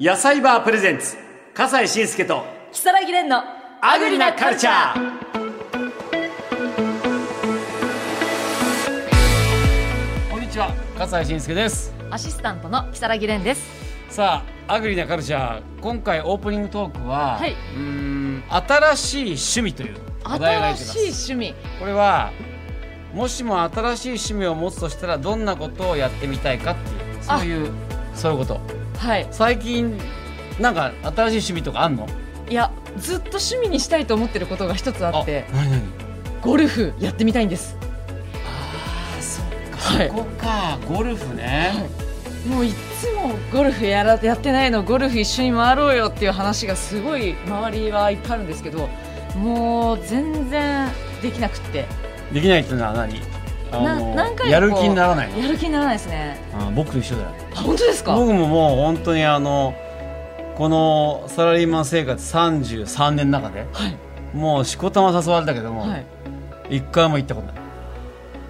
野菜バープレゼンツ笠西慎介と木更木蓮のアグリなカルチャーこんにちは笠西慎介ですアシスタントの木更木蓮ですさあアグリなカルチャー今回オープニングトークは、はいうーん新しい趣味という話題が出新てますしい趣味これはもしも新しい趣味を持つとしたらどんなことをやってみたいかっていうそういうそういうことはい最近なんか新しい趣味とかあんのいやずっと趣味にしたいと思ってることが一つあって何何ゴルフやってみたいんですあそっか、はいそこかゴルフね、もういつもゴルフやらやってないのゴルフ一緒に回ろうよっていう話がすごい周りはいっぱいあるんですけどもう全然できなくってできないっていうのは何な何回もやる気にならないのやる気にならないですねあ僕と一緒だよあ本当ですか僕ももう本当にあのこのサラリーマン生活33年の中ではいもうしこたま誘われたけども、はい一回も行ったことない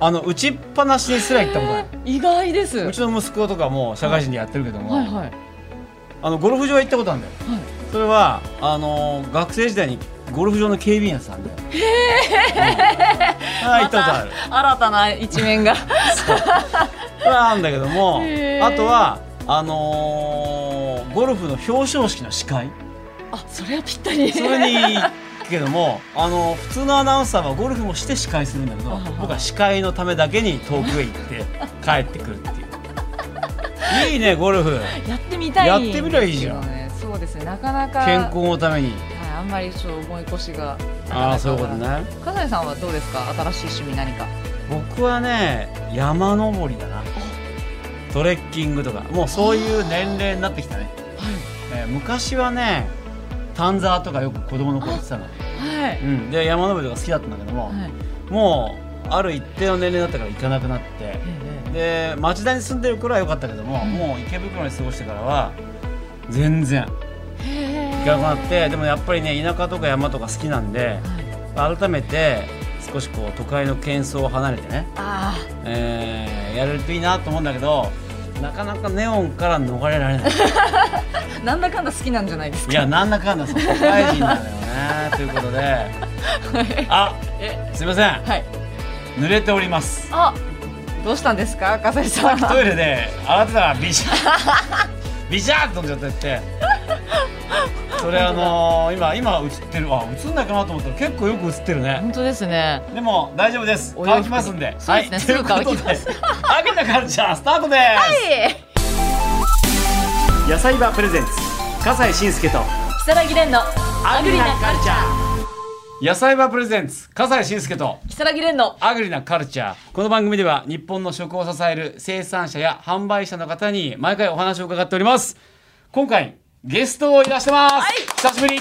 あの打ちっぱなしにすら行ったことない意外ですはういちの息子とかも社会人でやってるけども、はいはいあのゴルフ場へ行ったことあるんだよそれはあのー学生時代にゴルフ場の警備員やってたんだよへえ、うんはい行ったことある、また新たな一面がそれはあるんだけどもへーあとはあのーゴルフの表彰式の司会あそれはぴったりそれに行くけど もあの普通のアナウンサーはゴルフもして司会するんだけどあはは僕は司会のためだけに遠くへ行って帰ってくるっていういいねゴルフやってみたいやってみりゃいいじゃんんですけどねそうですねなかなか健康のためにはい、あんまりちょっと思い越しがああーそういうことねね笠西さんはどうですか新しい趣味何か僕はね山登りだなトレッキングとかもうそういう年齢になってきたね、えー昔はね丹沢とかよく子供の頃行ってたの、はいうん、で山登りとか好きだったんだけども、はいもうある一定の年齢になったから行かなくなってで町田に住んでる頃は良かったけども、もう池袋に過ごしてからは全然行かなくなってでもやっぱりね田舎とか山とか好きなんで改めて少しこう都会の喧騒を離れてねあえーやれるといいなと思うんだけどなかなかネオンから逃れられないあなんだかんだ好きなんじゃないですかいやなんだかんだそう社会人なのよねということであえすいません はい濡れておりますあどうしたんですか笠西さんトイレで洗ってたらビシャッ ビシャッと飛んじゃってってそれあのー今今映ってるあ映んないかなと思ったら結構よく映ってるね本当ですねでも大丈夫ですお洋乾き服ますんでそうですねすぐ乾きますということで秋のカルチャースタートです、野菜バープレゼンツ笠西慎介と木更木蓮のアグリなカルチャー野菜場プレゼンツ笠西慎介と木更木蓮のアグリなカルチャーこの番組では日本の食を支える生産者や販売者の方に毎回お話を伺っております今回ゲストをいらしてます、はい久しぶり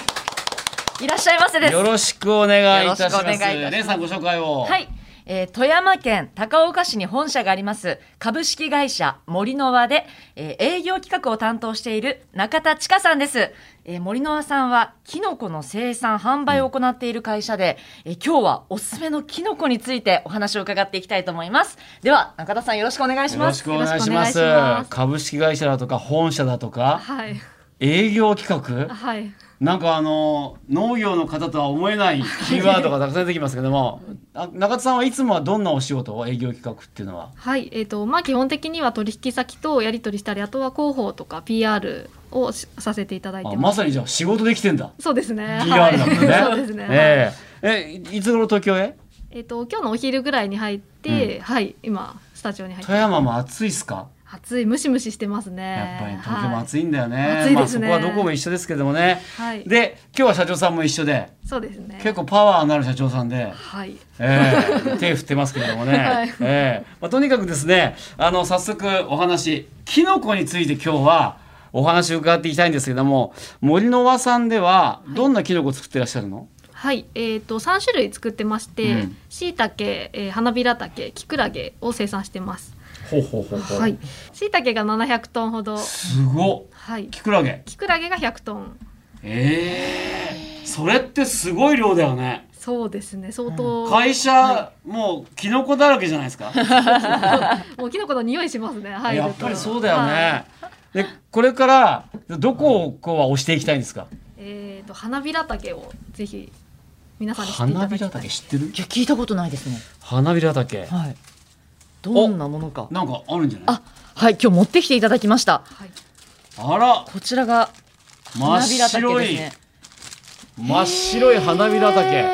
いらっしゃいませですよろしくお願いいたしますよろしくお願いいたしますレンさんご紹介をはい、えー富山県高岡市に本社があります株式会社森の輪で、えー営業企画を担当している中田千佳さんです、えー森の輪さんはキノコの生産販売を行っている会社で、えー今日はおすすめのキノコについてお話を伺っていきたいと思いますでは中田さんよろしくお願いしよまろすしくお願いしますよろしくお願いしま株式会社だとか本社だとかはい営業企画はいなんかあの農業の方とは思えないキーワードがたくさん出てきますけどもあ中田さんはいつもはどんなお仕事を営業企画っていうのははいえっ、とまあ基本的には取引先とやり取りしたりあとは広報とか PR をしさせていただいあてまますさにじゃあ仕事できてんだ。そうですね気があるんだもんね。はい、そうですね、はいえええいつ頃東京へ？えっ、と今日のお昼ぐらいに入って、はい今スタジオに入って富山も暑いっすか？暑いムシムシしてますねやっぱり東京も暑いんだよね。はい暑いですねまあそこはどこも一緒ですけどもね。はい、はい、で今日は社長さんも一緒でそうですね結構パワーのある社長さんで。はいえ え手振ってますけれどもね、はいええまあ、とにかくですねあの早速お話キノコについて今日はお話を伺っていきたいんですけども森の和さんではどんなキノコを作ってらっしゃるの、はい、えっ、と三種類作ってましうてん、しいたけ、えー花びらたけ、きくらげを生産してます。ほうほうほうほうはい、しいたけが700トンほど、すごっはい、キクラゲきくらげが100トンええそれってすごい量だよね。そうですね相当、会社、もうキノコだらけじゃないですか。もうキノコの匂いしますね入るとやっぱりそうだよね。でこれからどこをこうは押していきたいんですかえー、と花びら竹をぜひ皆さんに知っていた花だびきたらい竹知ってるいや聞いたことないですね。花びら竹はい。どんなものか。なんかあるんじゃないあ、はい今日持ってきていただきました。はい、あらこちらが真っ花びら白竹い、ですね。真っ白い花びらへ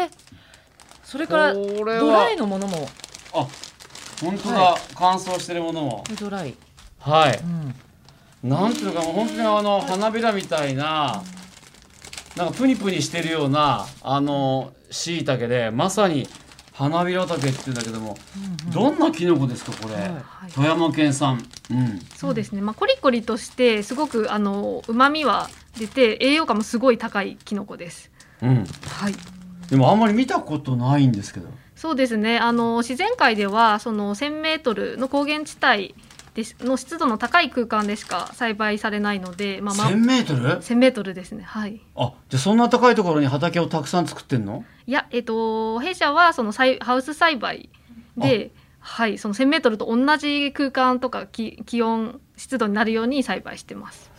竹ー。それからこドれはライのものもあ本当だ、は乾燥してるものもドライ。はいうん。なんていうのかもう本当にあの花びらみたいななんかプニプニしてるようなあのしいたけでまさに花びら竹って言うんだけども、どんなキノコですかこれ、はいはい富山県産うんそうですね、まあ、コリコリとしてすごくあの旨味は出て栄養価もすごい高いキノコです。うんはいでもあんまり見たことないんですけどそうですねあの自然界ではその1 0 0 0ルの高原地帯ですの湿度の高い空間でしか栽培されないので、まあまあ、 1000メートル1 0 0 0ルですね。はい、あじゃあそんな高いところに畑をたくさん作ってんのいや、えっと、弊社はその栽ハウス栽培で、はい、その1000メートルと同じ空間とか気気温、湿度になるように栽培してます。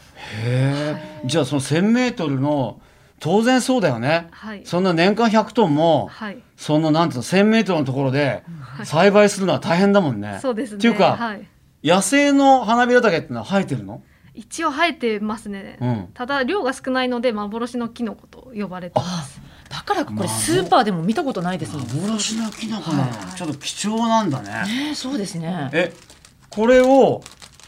へえじゃあその1000メートルの当然そうだよねはい、そんな年間100トンもはい、そのなんていうの1000メートルのところでい栽培するのは大変だもんね。そうですね。っていうか、はい、野生の花びら竹ってのは生えてるの？一応生えてますね。うん。ただ量が少ないので幻のキノコと呼ばれてます。だからかこれスーパーでも見たことないですもん。ね幻のキノコなの、はいちょっと貴重なんだね。えそうですね。え、これを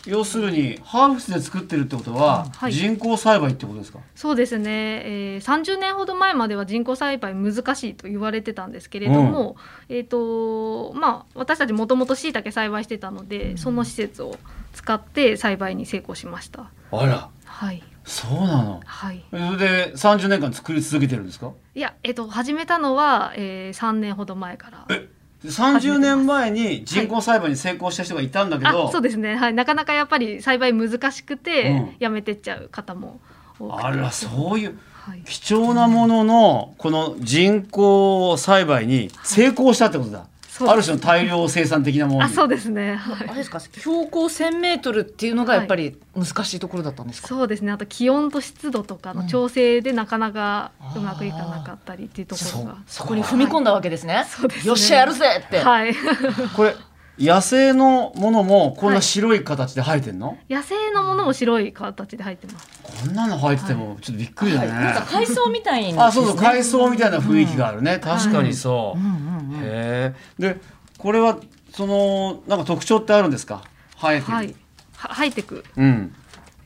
要するにハウスで作ってるってことは、はい人工栽培ってことですか？そうですね、えー、30年ほど前までは人工栽培難しいと言われてたんですけれども、えーとまあ、私たちもともとしいたけ栽培してたので、その施設を使って栽培に成功しました。あら、はい、そうなの。はい、それで30年間作り続けてるんですか？いや、えっと、始めたのは、えー、3年ほど前から。で30年前に人工栽培に成功した人がいたんだけど、あそうですね、はい、なかなかやっぱり栽培難しくて、うんやめてっちゃう方も多くてあらそういう。はい、貴重なもののこの人工栽培に成功したってことだ、そうある種の大量生産的なものあにそうですね、はあれい、ですか標高1000メートルっていうのがやっぱり難しいところだったんですか。そうですねあと気温と湿度とかの調整でなかなかうまくいかなかったりっていうところが、そこに踏み込んだわけですね。そうですねよっしゃやるぜって。はい、 これ野生のものもこんな白い形で生えてんの、野生のものも白い形で入ってますこんなの生えててもちょっとびっくりだはね、いなんか海藻みたいに、あそうそう海藻みたいな雰囲気があるね、確かにそうう、んうんうん。へえでこれはそのなんか特徴ってあるんですか生えてる、はいは生えてくうん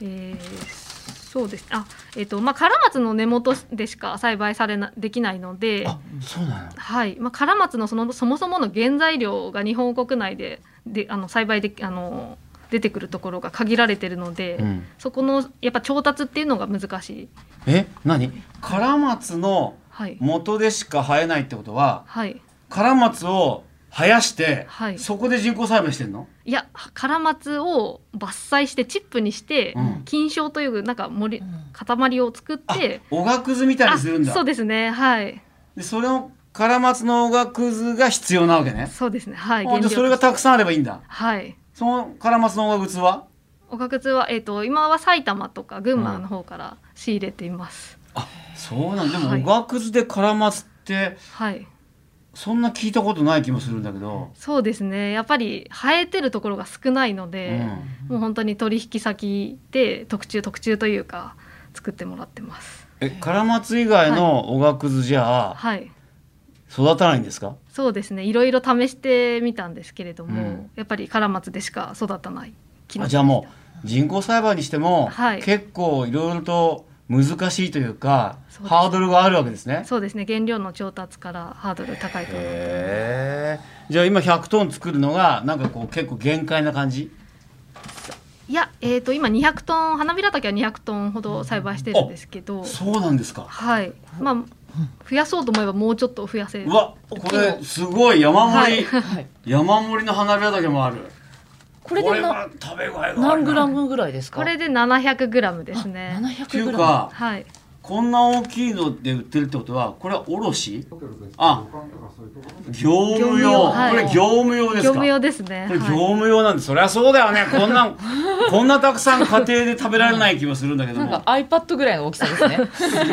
えーそうですあえっ、とまあカラマツの根元でしか栽培されなできないのであそうなのはい、まあ、カラマツのそのそもそもの原材料が日本国内でであの栽培できあの出てくるところが限られてるので、うんそこのやっぱ調達っていうのが難しい。え何カラマツのはい、元でしか生えないってことははい、カラマツを生やして、はいそこで人工栽培してんのいやカラマツを伐採してチップにして、うん菌床というなんか森、うん塊を作っあておがくずみたいにするんだそうですねはいでそれのカラマツのおがくずが必要なわけね、そうですねはいあじゃあそれがたくさんあればいいんだはいそのカラマツのおがくずはおかくずは、えー、と今は埼玉とか群馬の方から仕入れています、あそうなんではもいおがくずでカラマツってはいそんな聞いたことない気もするんだけど、そうですねやっぱり生えてるところが少ないので、もう本当に取引先で特注特注というか作ってもらってますうん、えカラマツ以外のおがくずじゃあはい育たないんですか、そうですねいろいろ試してみたんですけれども、うんやっぱりカラマツでしか育たない木あじゃあもう人工栽培にしても、はい結構いろいろと難しいというかそうですハードルがあるわけですねそうですね原料の調達からハードル高いと思うへえじゃあ今100トン作るのがなんかこう結構限界な感じいやえっ、と今200トン花びら竹は200トンほど栽培してるんですけど、そうなんですかはいまあ増やそうと思えばもうちょっと増やせるうわこれすごい山盛り、はい。山盛りの花びら竹もあるここれでなは食べ具合があるな何グラムぐらいですか。これで700グラムですね700っていグうラム。かはいこんな大きいので売ってるってことはこれは卸ああ、業務業務用用はいこれ業務用ですか業務用ですね。これ業はい務用なんで、そりゃそうだよねこんなんこんなたくさん家庭で食べられない気もするんだけどなんもか iPad ぐらいの大きさですね。 すごいよ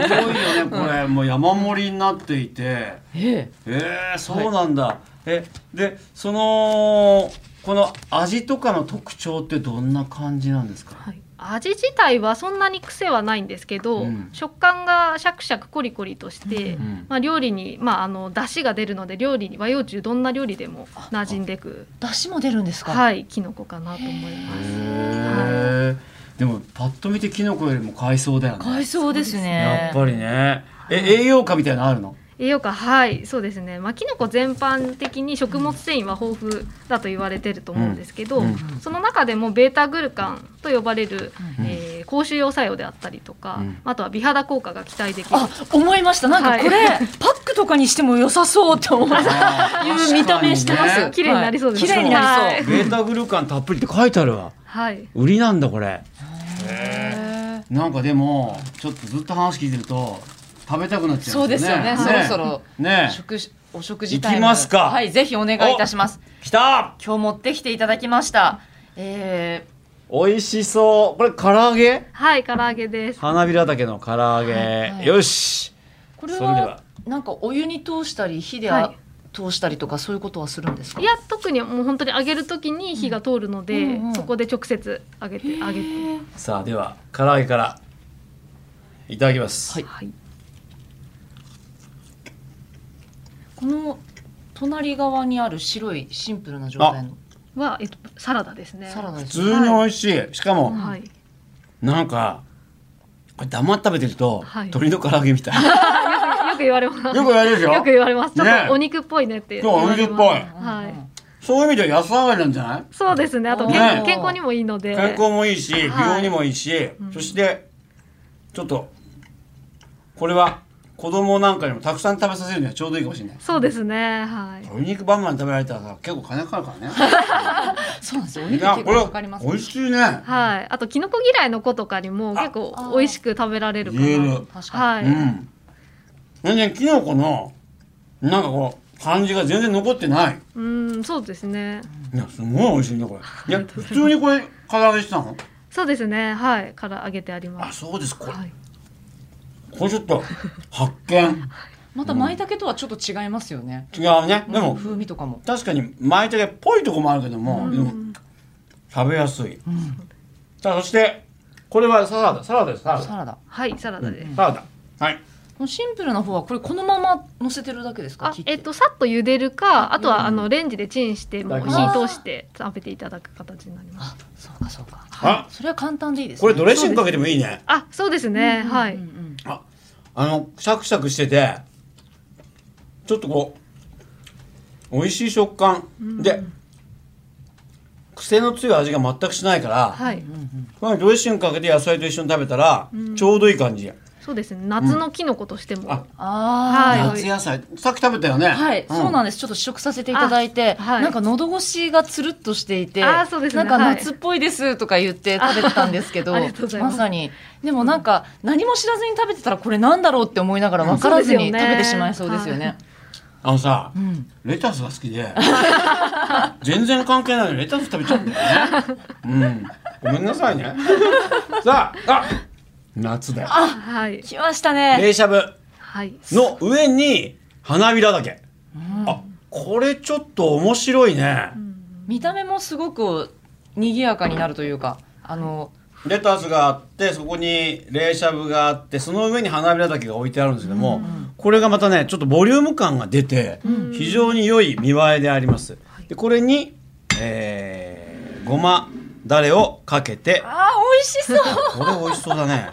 ねこれもう山盛りになっていてええー、そうなんだ、えでそのこの味とかの特徴ってどんな感じなんですかはい味自体はそんなに癖はないんですけど、うん食感がシャクシャクコリコリとして、んまあ、料理に、まあ、あの出汁が出るので料理に和洋中どんな料理でも馴染んでくえ、出汁も出るんですか。はいキノコかなと思いへます。えでもパッと見てキノコよりも海藻だよね海藻ですね。やっぱりねえ栄養価みたいなのあるの栄養価はいそうですね、まあ、キノコ全般的に食物繊維は豊富だと言われてると思うんですけど、うんその中でもベータグルカンと呼ばれる、うんえー口臭用作用であったりとか、うんあとは美肌効果が期待できるあ、思いました。なんかこれ、パックとかにしても良さそうって思いました。いう見た目してま確かにす。ね綺麗になりそうですはい綺麗になりそう。ベータグルカンたっぷりって書いてあるわはい売りなんだこれへなんかでもちょっとずっと話聞いてると食べたくなっえちゃそううんでですすよよねね。そろそろねね食事お食事タイム行きますかはい、ぜひお願いいたします。きた今日持ってきていただきました。え美味しそうこれ唐揚げはい唐揚げです花びらたけの唐揚げ、はいよしー、これそれでははなんかお湯に通したり火であ、は通したりとかそういうことはするんですか。いや特にもう本当に揚げる時に火が通るので、うんうんそこで直接揚げて揚げてさあでは唐揚げからいただきます、はいはいこの隣側にある白いシンプルな状態のは、えっと、サラダですねサラダです普通に美味しい、しかも、はいなんかこれ黙って食べてると、はい鶏の唐揚げみたいよあよく言われますく言われるでしょ よく言われます。ちょねっとお肉っぽいねって。そうお肉っぽいはい。そういう意味では安上がりなんじゃないそうですね。あとね健健康にもいいので。健康もいいし美はい容にもいいし、そしてちょっとこれは子供なんかにもたくさん食べさせるにはちょうどいいかもしれないそうですね。はい。鶏肉バンバン食べられたらさ結構金かかる からねそうなんですよ。おい肉や結これ構かかりますね。美味しいねはい。あとキノコ嫌いの子とかにも結構あ美味しく食べられるか言えなる。確かはうい。ん全然きのこのなんかこう感じが全然残ってないうん、そうですね。いやすごい美味しいねこれいや普通にこれ唐揚げしてたのそうですね。はい。から揚げてありあます。そうですこれはい。これちょっと発見に。また舞茸とはちょっと違いますよね。違うねでも風味とかも。確かに舞茸っぽいとこもあるけども、でも食べやすい、さあそしてこれはサラダサラダですサラダサラダ。はい、サラダです。サラダはいこのシンプルな方はこれこのまま乗せてるだけですか。あ切、てえっと、さっと茹でるか、あとはあのレンジでチンして、もういただき火ま通して食べていただく形になります。そうかそうか。あそれは簡単でいいですね。これドレッシングかけてもいいねあ、そうですね。はういんう。んああのシャクシャクしててちょっとこう美味しい食感、で癖の強い味が全くしないから、はい。これドレッシングかけて野菜と一緒に食べたら、ちょうどいい感じそうですね。夏のキノコとしても。ああはい夏野菜さっき食べたよねあ。はい、うんそうなんです。ちょっと試食させていただいて、あはいなんか喉越しがつるっとしていて、あそうですなねんかはい夏っぽいですとか言って食べてたんですけど、 あありがとうございますさに。でもなんか何も知らずに食べてたらこれなんだろうって思いながら分からずにうん食そうですよねべてしまいそうですよね。あのさ、んレタスが好きで全然関係ないのにレタス食べちゃうんだよねうんごめんなさいねさああ夏だよはい。来ましたね。冷しゃぶはい。の上に花びらだけ、あこれちょっと面白いね、見た目もすごく賑やかになるというか、あのレタスがあってそこに冷しゃぶがあってその上に花びらだけが置いてあるんですけども、これがまたねちょっとボリューム感が出て、非常に良い見栄えであります、でこれに、えー、ごまだれをかけてあー美味しそう。これ美味しそうだね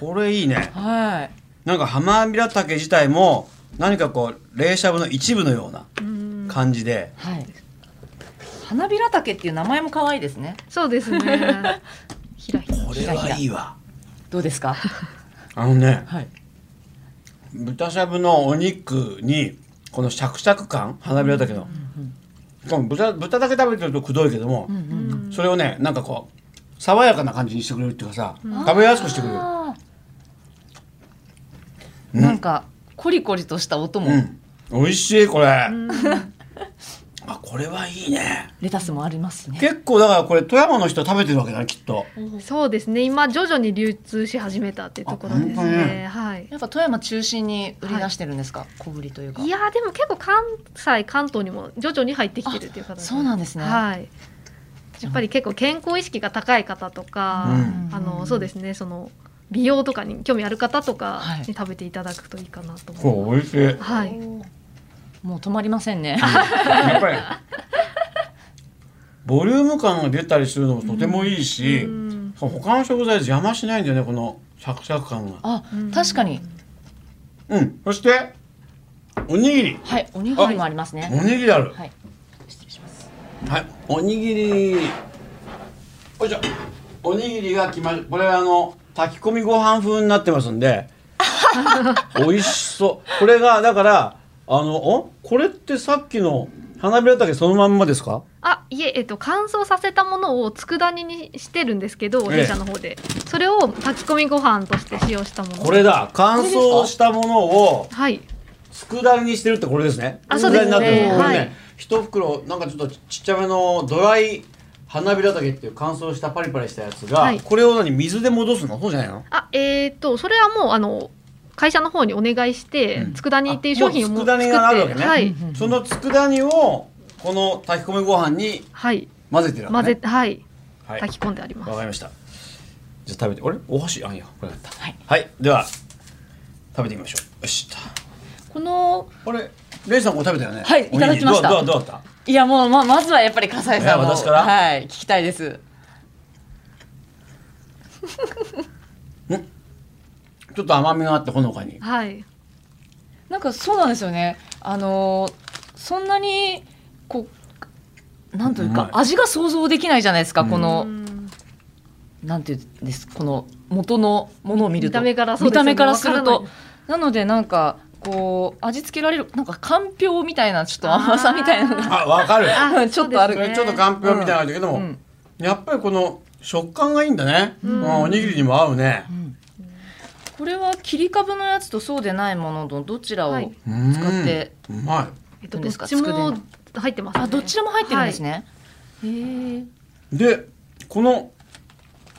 これいいねはい。なんか花びらたけ自体も何かこう冷しゃぶの一部のような感じで、はい。花びら竹っていう名前も可愛いですね。そうで すね。ひらひら。これはいいわどうですか。あのねはい。豚しゃぶのお肉にこのシャクシャク感花びらだけの、この豚豚だけ食べてるとくどいけども、それをねなんかこう爽やかな感じにしてくれるっていうかさ、食べやすくしてくれるあなんかコリコリとした音も、うん美味しいこれ、うん あこれはいいねレタスもありますね。結構だからこれ富山の人は食べてるわけだねきっとそうですね今徐々に流通し始めたってところですあ本当ねねはいやっぱ富山中心に売り出してるんですか、小売りというか。いやでも結構関西関東にも徐々に入ってきてるっていう方そうなんですね。はいやっぱり結構健康意識が高い方とか、うんあのそうですねその美容とかに興味ある方とかはいに食べていただくといいかなと思いこれ美ます、味しいやっはいもう止まりませんね。ぱり ボリューム感が出たりするのもとてもいいし、うん他の食材邪魔しないんだよねこのサクサク感があうん、確かに。うんそしておにぎりはい、おにぎりもありますね。おにぎりあるはい。失礼します。はい、おにぎり。よいしょ。おにぎりがきまこれあの炊き込みご飯風になってますん で。美味しそう。これがだからあのおこれってさっきの花びらたけそのまんまですか？あいえ、えっと、乾燥させたものを佃煮にしてるんですけどええ弊社の方で、それを炊き込みご飯として使用したものこれだ。乾燥したものをはい佃煮にしてるってこれですね。あそうですね佃煮になってるこれね、はい一袋なんかちょっとちっちゃめのドライ花びらたけっていう乾燥したパリパリしたやつが、はいこれを何水で戻すの？そうじゃないの？あえっとそれはもうあの会社の方にお願いして、うん佃煮っていう商品をもうあもう作佃って煮があるわけねはい、その佃煮をこの炊き込みご飯にはい、混ぜてるわ混け、ぜね、てはいはい炊き込んであります、わかりましたじゃあ食べてあれお箸あんやこれだったはい、では食べてみましょうよしこの、あれレイさんこれ食べたよねはいおにぎりいただきましたどうどうどうだっいや、もう、ま、まずはやっぱり笠い井さんの。や私からはい、聞きたいです。たちょっと甘みがあってほのかにはいなんか、そうなんですよね。あの、そんなに、こう。なんといううか、まい味が想像できないじゃないですか、このう、んなんていうんです、この元のものを見ると。見た目からそう見ですたよね目からするわからとない。なので、なんか、こう、味付けられる、なんか、かんぴょうみたいな、ちょっと甘さみたいなのが。あわかるあ うんちょっとあるそうですねちょっとかんぴょうみたいなんだけども、うんやっぱりこの食感がいいんだね、うんまあおにぎりにも合うね、これは切り株のやつとそうでないもののどちらを、はいうん、使ってうまいえっどとうどでっすかちも入ってます、ね、あどちらも入ってるんですね、へえでこの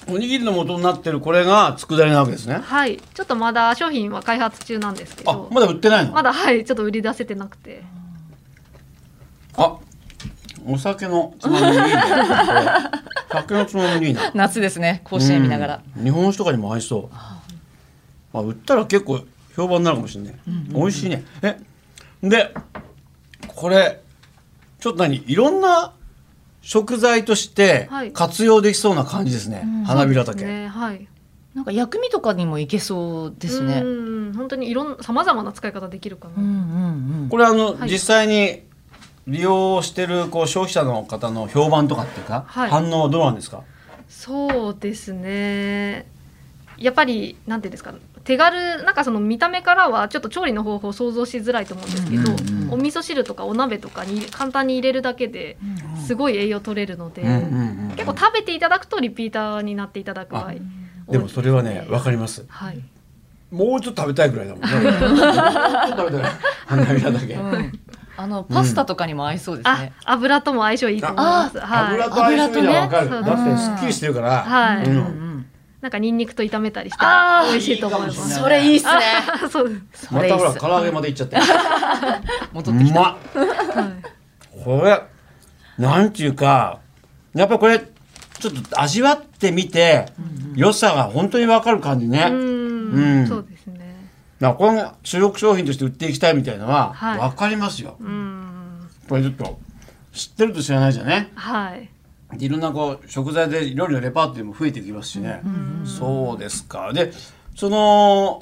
おにぎりの元になってるこれが佃煮なわけですねはい、はい、ちょっとまだ商品は開発中なんですけあどまだ売ってないのまだはいちょっと売り出せてなくてあお酒のつまみにいいねこれ酒のつまみにいいな夏ですね甲子園見ながら、うん日本酒とかにも合いそうまあ売ったら結構評判になるかもしれない、美味しいねえでこれちょっと何いろんな食材としてはい活用できそうな感じですね、花びらそう竹、ですねはいなんか薬味とかにもいけそうですねうんうん本当にいろんさまざまな使い方できるかうんうな、んうんこれあの、はい実際に利用してるこう消費者の方の評判とかっていうか、はい反応はどうなんですかそうですねやっぱりなんていうんですか手軽なんかその見た目からはちょっと調理の方法を想像しづらいと思うんですけど、うんうんうんお味噌汁とかお鍋とかに簡単に入れるだけでうんすごい栄養取れるので、ん結構食べていただくとリピーターになっていただく場合でもそれはねわかりりますはいもうちょっと食べたいぐらいだもんねも うちょっと食べたい花びらだけうんあのパスタとかにも合いそうですあね、油とも相性いいと思いますはい油と相性がわかる油とだねってすっきりしてるからはうい、んうんうんなんかニンニクと炒めたりしてあー美味しいと思いまいいかもしすれそれいいっすねあ そうですそまれいいたっほらす唐揚げまでいっちゃって 戻うってきた、まっはいこれなんていうかやっぱりこれちょっと味わってみて良さが本当にわかる感じね、ううんんそうですね。だからこの主力商品として売っていきたいみたいなのははい分かりますよ、うん、これちょっと知ってると知らないじゃねはい。いろんなこう食材で料理のレパートリーも増えてきますしね、そうですかでその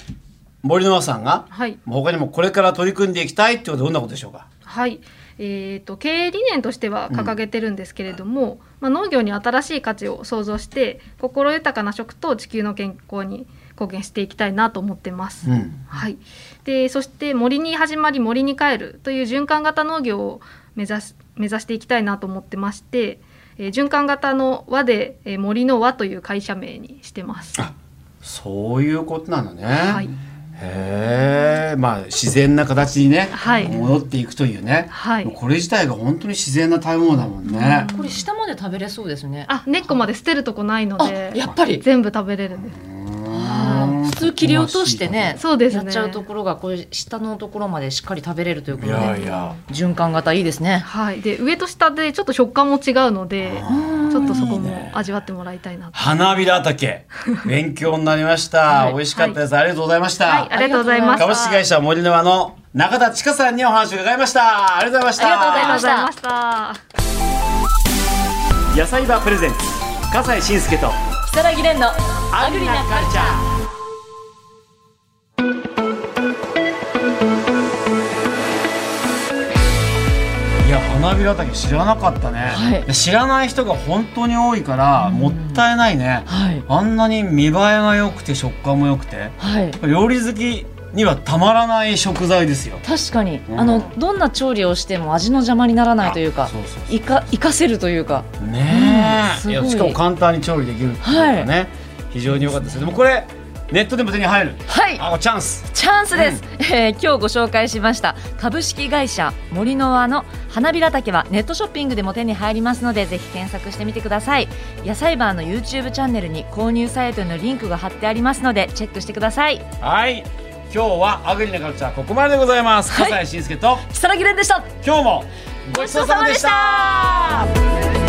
森永さんが、はいもう他にもこれから取り組んでいきたいってことはどんなことでしょうかはい。えー、と経営理念としては掲げてるんですけれども、まあ、農業に新しい価値を創造して心豊かな食と地球の健康に貢献していきたいなと思ってます、うんはい、でそして「森に始まり森に帰る」という循環型農業を目指し目指していきたいなと思ってまして、えー循環型の和で、えー森の和という会社名にしてます。そういうことなのね、はいへえまあ自然な形にね、はい戻っていくというね、はいもうこれ自体が本当に自然な食べ物だもんね、 これ下まで食べれそうですね。あ根っこまで捨てるとこないのあ、でやっぱり。全部食べれるんですあー普通切り落としてね、そうですねやっちゃうところがこれ下のところまでしっかり食べれるというこいとやで、いや循環型いいですね。はいで上と下でちょっと食感も違うのであちょっとそこいいもね味わってもらいたいなと花びら 畑勉強になりました、はい美味しかったです、ありがとうございました、はいありがとうございます株式会社森永の中田千佳さんにお話を伺いましたありがとうございましたありがとうございましたしたました野菜場プレゼンツ笠西慎介と木更木蓮のアグリなカルチャーいや花びら畑知らなかったね、はい知らない人が本当に多いからうんもったいないねはいあんなに見栄えが良くて食感も良くてはい。料理好きにはたまらない食材ですよ確かに、うんあのどんな調理をしても味の邪魔にならないというかそうそうそういか生かせるというかねうんえ、すいごいやしかも簡単に調理できるっていうのがね、非常に良かったですでもこれネットでも手に入るはいあチャンスチャンスです、 えー今日ご紹介しました株式会社森の輪の花びら竹はネットショッピングでも手に入りますのでぜひ検索してみてください野菜バーの YouTube チャンネルに購入サイトへのリンクが貼ってありますのでチェックしてくださいはい今日はアグリなカルチャーここまででございますはい笠井慎介と木更木蓮でした今日もごちそうさまでした